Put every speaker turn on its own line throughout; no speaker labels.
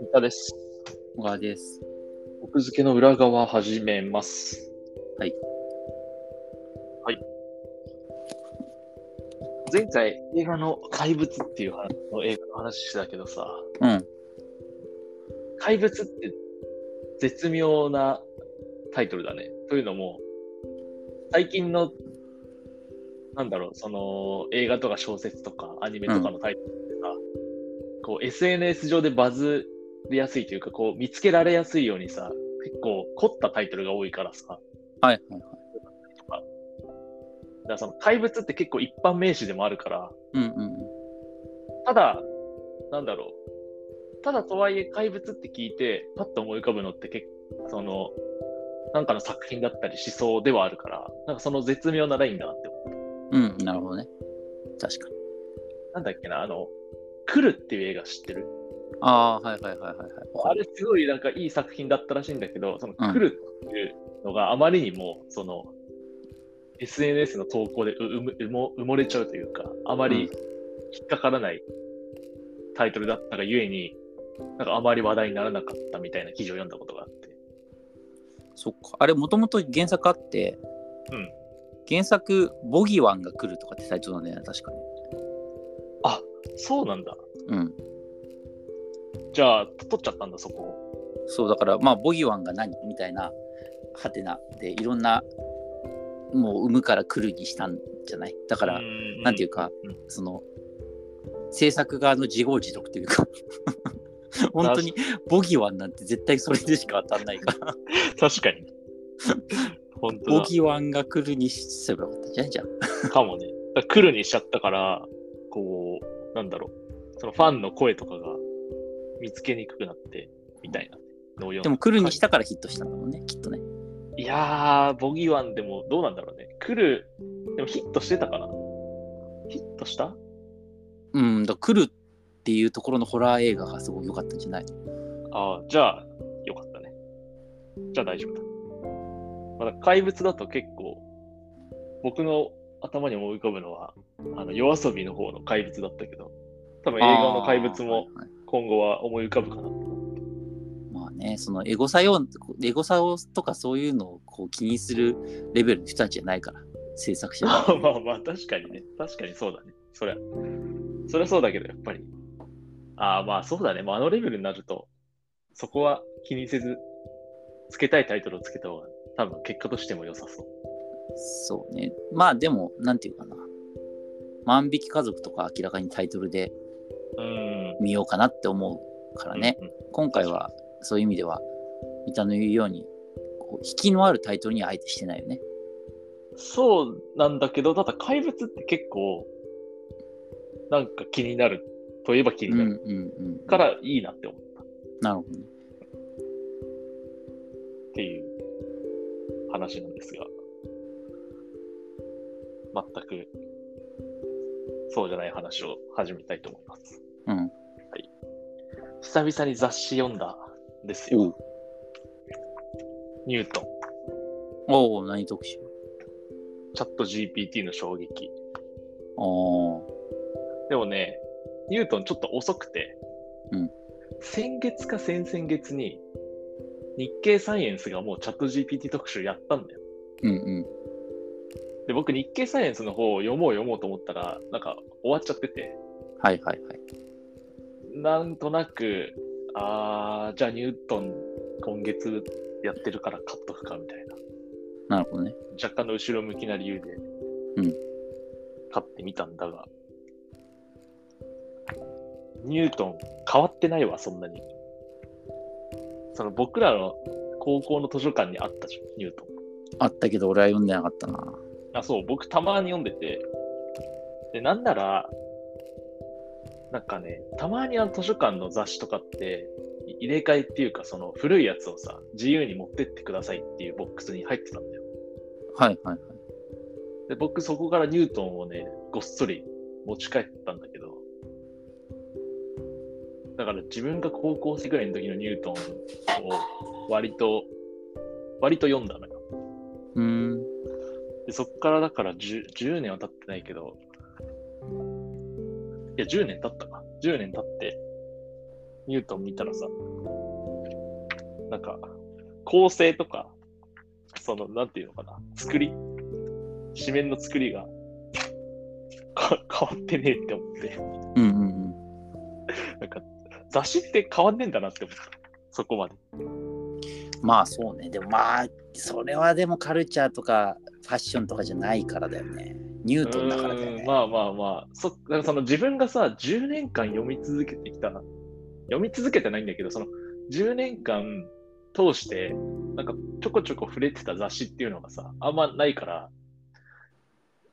三田です。
小川です。
奥付けの裏側始めます。
はい。
はい。前回映画の怪物っていう話の映画の話してたけどさ、
うん。
怪物って絶妙なタイトルだね。というのも、最近の、なんだろう、その映画とか小説とかアニメとかのタイトルってさ、こう SNS 上でバズりやすいというか、こう見つけられやすいようにさ、結構凝ったタイトルが多いからさ、
はいはいは
だ
い。
からその怪物って結構一般名詞でもあるから、
うんうん
ただ、なんだろう。ただとはいえ怪物って聞いて、パッと思い浮かぶのって結構、その、なんかの作品だったり思想ではあるから、なんかその絶妙なラインだなって思う。
うん。うん、なるほどね。確かに。
なんだっけな、あの、来るっていう映画知ってる
ああー、はいはいはいはいはい。
あれすごいなんかいい作品だったらしいんだけど、その来るっていうのがあまりにも、その、SNS の投稿でううむ埋も埋もれちゃうというか、あまり引っかからないタイトルだったがゆえに、なんかあまり話題にならなかったみたいな記事を読んだことがあって。
そっか。あれ、もともと原作あって、
うん。
原作、ボギワンが来るとかってタイトルなんだよね、確かに。
そうなんだ。
うん。
じゃあ、取っちゃったんだ、そこを。
そう、だから、まあ、ボギワンが何みたいな、ハテナで、いろんな、もう、産むから来るにしたんじゃないだから、なんていう
か。
か、
うん
その、制作側の自業自得というか、 本当にボギワンなんて絶対それでしか当たんないから
確 かに。本当
ボ
だ。
ギワンが来るにすればよかったんじゃないじゃん。
かもね。だから来るにしちゃったから、こう、なんだろう。そのファンの声とかが見つけにくくなって、みたいなのを読んだ
でも来るにしたからヒットしたんだもんね、きっとね。
いやー、ボギーワンでもどうなんだろうね。来る、でもヒットしてたかなヒットした
うん、だから来るっていうところのホラー映画がすごい良かったんじゃない
ああ、じゃあ、よかったね。じゃあ大丈夫だ。まだ怪物だと結構、僕の頭に思い浮かぶのは、あの、夜遊びの方の怪物だったけど、多分映画の怪物も
あーはいはい
今後は思い浮かぶかなと思う。
まあね、そのエゴサ用、エゴサをとかそういうのをこう気にするレベルの人たちじゃないから、制作者
ま
は。
あ まあまあ、確かにね。確かにそうだね。そりゃ。そりゃそうだけど、やっぱり。ああ、まあそうだね。まあ、あのレベルになると、そこは気にせず、つけたいタイトルをつけた方が、多分結果としても良さそう。
そうね。まあでも、なんていうかな。万引き家族とか明らかにタイトルで
うん。
見ようかなって思うからね。
うんうん
今回はそういう意味では、三田の言うように、こう引きのあるタイトルにはあえてしてないよね。
そうなんだけど、ただ怪物って結構、なんか気になるといえば気に
うん
な
う
る、
んうん。
からいいなって思う
なるほどね。
っていう話なんですが、全くそうじゃない話を始めたいと思います。
うん。
久々に雑誌読んだんですよ。ニュートン、
おお、何特集
チャット GPT の衝撃。
ああ。
でもね、ニュートンちょっと遅くて、
うん
先月か先々月に、日経サイエンスがもうチャット GPT 特集やったんだよ。
うんうん。
で、僕日経サイエンスの方を読もう読もうと思ったら、なんか終わっちゃってて、
はいはいはい。
なんとなく、あー、じゃあニュートン今月やってるから買っとくかみたいな、
なるほどね。
若干の後ろ向きな理由で、
うん
買ってみたんだが、ニュートン変わってないわ、そんなに。その僕らの高校の図書館にあったじゃん、ニュートン。
あったけど俺は読んでなかったな。
あ、そう、僕たまに読んでて、で、なんなら、なんかね、たまにあの図書館の雑誌とかって、い入れ替えっていうか、その古いやつをさ、自由に持ってってくださいっていうボックスに入ってたんだよ。
はいはいはい。
で、僕そこからニュートンをね、ごっそり持ち帰ったんだけど、だから自分が高校生ぐらいの時のニュートンを割と、割と読んだのよ。
うーん。
でそっからだから 10, 10年は経ってないけど、いや、10年経ったか。10年経って、ニュートン見たらさ、なんか、構成とか、その、なんていうのかな、作り、紙面の作りが、か変わってねえって思って、
うんうん
なんか、雑誌って変わんねえんだなって思った。そこまで。
うん、まあそうねでもまあそれはでもカルチャーとかファッションとかじゃないからだよねニュートンだからだよ
うー
ね
んまあまあまあ、そだからその自分がさ、10年間読み続けてきた、読み続けてないんだけど、その10年間通して、なんかちょこちょこ触れてた雑誌っていうのがさ、あんまないから、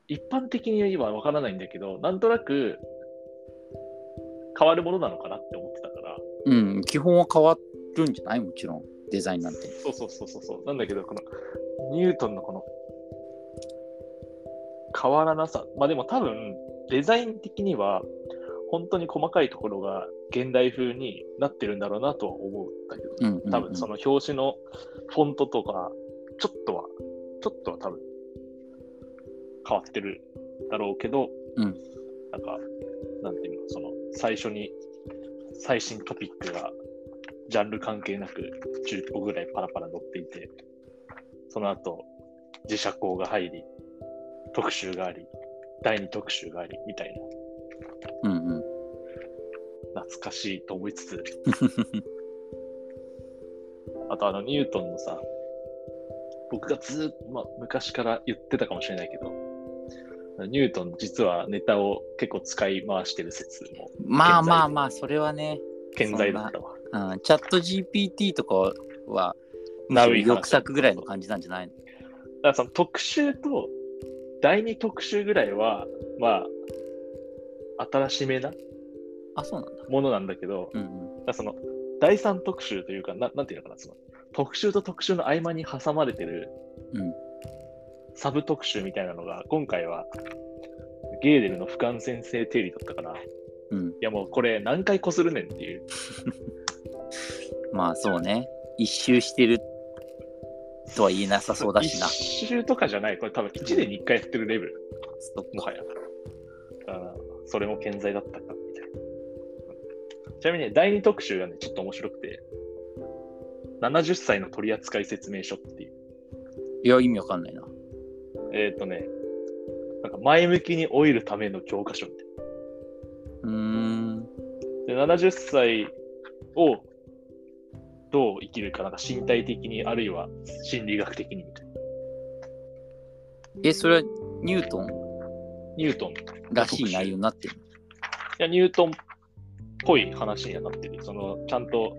一般的に言えばわからないんだけど、なんとなく変わるものなのかなって思ってたから、
うん基本は変わるんじゃないもちろんデザインなんて
そうそうそうそうそう、なんだけど、このニュートンのこの変わらなさ、まあでも多分デザイン的には本当に細かいところが現代風になってるんだろうなとは思ったけど、
うんうんうん
多分その表紙のフォントとか、ちょっとは、ちょっとは多分変わってるだろうけど、
うん
なんか、なんていうの、その最初に最新トピックがジャンル関係なく10個ぐらいパラパラ載っていて、その後自社校が入り、特集があり、第2特集があり、みたい
うんうん
な、懐かしいと思いつつ、あとあのニュートンのさ、僕がずーっと、まあ、昔から言ってたかもしれないけど、ニュートン実はネタを結構使い回してる説も
まあまあまあそれはね、
健在だったわ。
うん、チャット GPT とかは
ナウイ話
抑作ぐらいの感じなんじゃないの
だからその特集と第2特集ぐらいは、まあ、新しめな
あそうなんだ
ものなんだけど、
うん
だからその第3特集というか、ななんていうのかな、その特集と特集の合間に挟まれてる
うんうん
サブ特集みたいなのが、今回はゲーデルの俯瞰先生定理だったから、
うん
いやもうこれ何回こするねんっていう。
まあそうね一周してるとは言えなさそうだしな
一周とかじゃない、これ多分1年に1回やってるレベル、
そっ
も
か
はや。だからそれも健在だったか、みたいな。ちなみにね、第2特集がね、ちょっと面白くて、70歳の取扱説明書っていう。
いや意味わかんないな
えっ、とね、なんか前向きに老いるための教科書みたいう
ーん
な。で、70歳をどう生きるか、なんか身体的に、あるいは心理学的にみたいな。
えそれはニュートン
ニュートン
らしい内容になってる
いや、ニュートンっぽい話にはなってる。その、ちゃんと、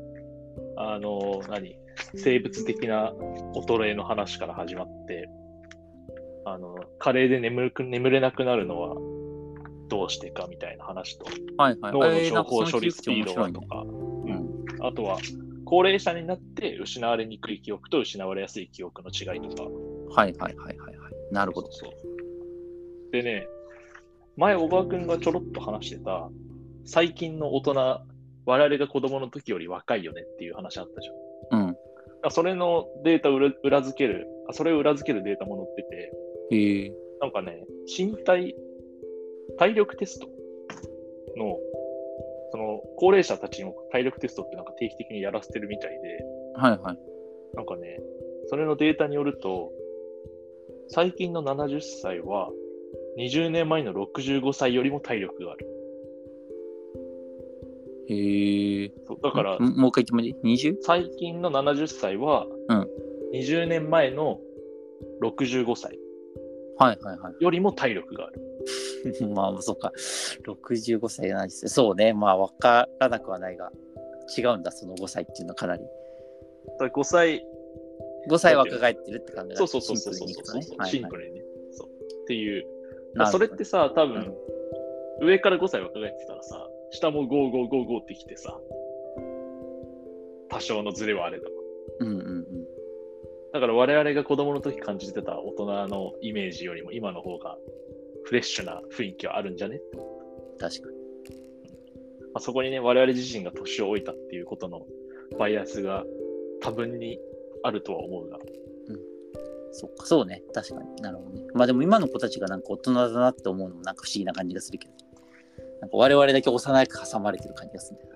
あの、何、生物的な衰えの話から始まって、あの、加齢で眠く眠れなくなるのはどうしてかみたいな話と、
はいはい
脳の
えー
情
なんか
報
そ
処
の
理
切り
ス
口
ピー
面
ド
白
はい
ね
とか、
うん
あとは、高齢者になって失われにくい記憶と失われやすい記憶の違いとか。
はいはいはいはいはいなるほど
そうそうでね、前、小川君がちょろっと話してた、最近の大人、我々が子供の時より若いよねっていう話あったじゃん。
うん
あそれのデータを裏裏付けるあ、それを裏付けるデータも載ってて、
へえ
なんかね、身体、体力テストの、その高齢者たちにも体力テストってなんか定期的にやらせてるみたいで、
はいはい
なんかね、それのデータによると、最近の70歳は、20年前の65歳よりも体力がある。
へえ
そうだから
ん、もう一回言ってもいい ?20?
最近の70歳は
うん、
20年前の65歳
はいはいはい
よりも体力がある。
まあ、そうか。65歳なんですねそうね。まあ、わからなくはないが、違うんだ、その5歳っていうのはかなり。
だから5歳、
5歳若返ってるって感じだ
そうそうそうそうそう
シンプ
そ
ル
う
にいく
そう、
とねはい
シン
はい
プルにね。そうっていう、
なるほ
そ
ど
れってさ、多
う
分
ん、
上から5歳若返ってたらさ、下も5555ってきてさ、多少のズレはあれだ
うんうんうん。
だから我々が子供の時感じてた大人のイメージよりも今の方がフレッシュな雰囲気はあるんじゃねって思う
確かに。
まあ、そこにね、我々自身が年を老いたっていうことのバイアスが多分にあるとは思うが。
そっか、そうね。確かになるほどね。まあ、でも今の子たちがなんか大人だなって思うのもなんか不思議な感じがするけど。なんか我々だけ幼く挟まれてる感じがするんだよな。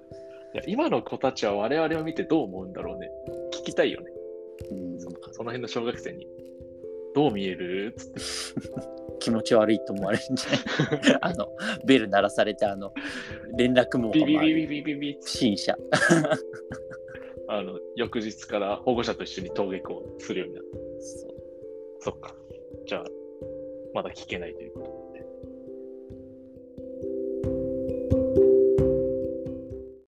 いや今の子たちは我々を見てどう思うんだろうね。聞きたいよね。
うん、
そのその辺の小学生に。どう見えるつって。
気持ち悪いと思われるんじ ゃないあの、ベル鳴らされて、あの、連絡網
ビビ
が
ビ
回
ビ
る
ビビビ
不審者。
あの、翌日から保護者と一緒に登下校するようになった。
そう
そっか。じゃあ、まだ聞けないということ。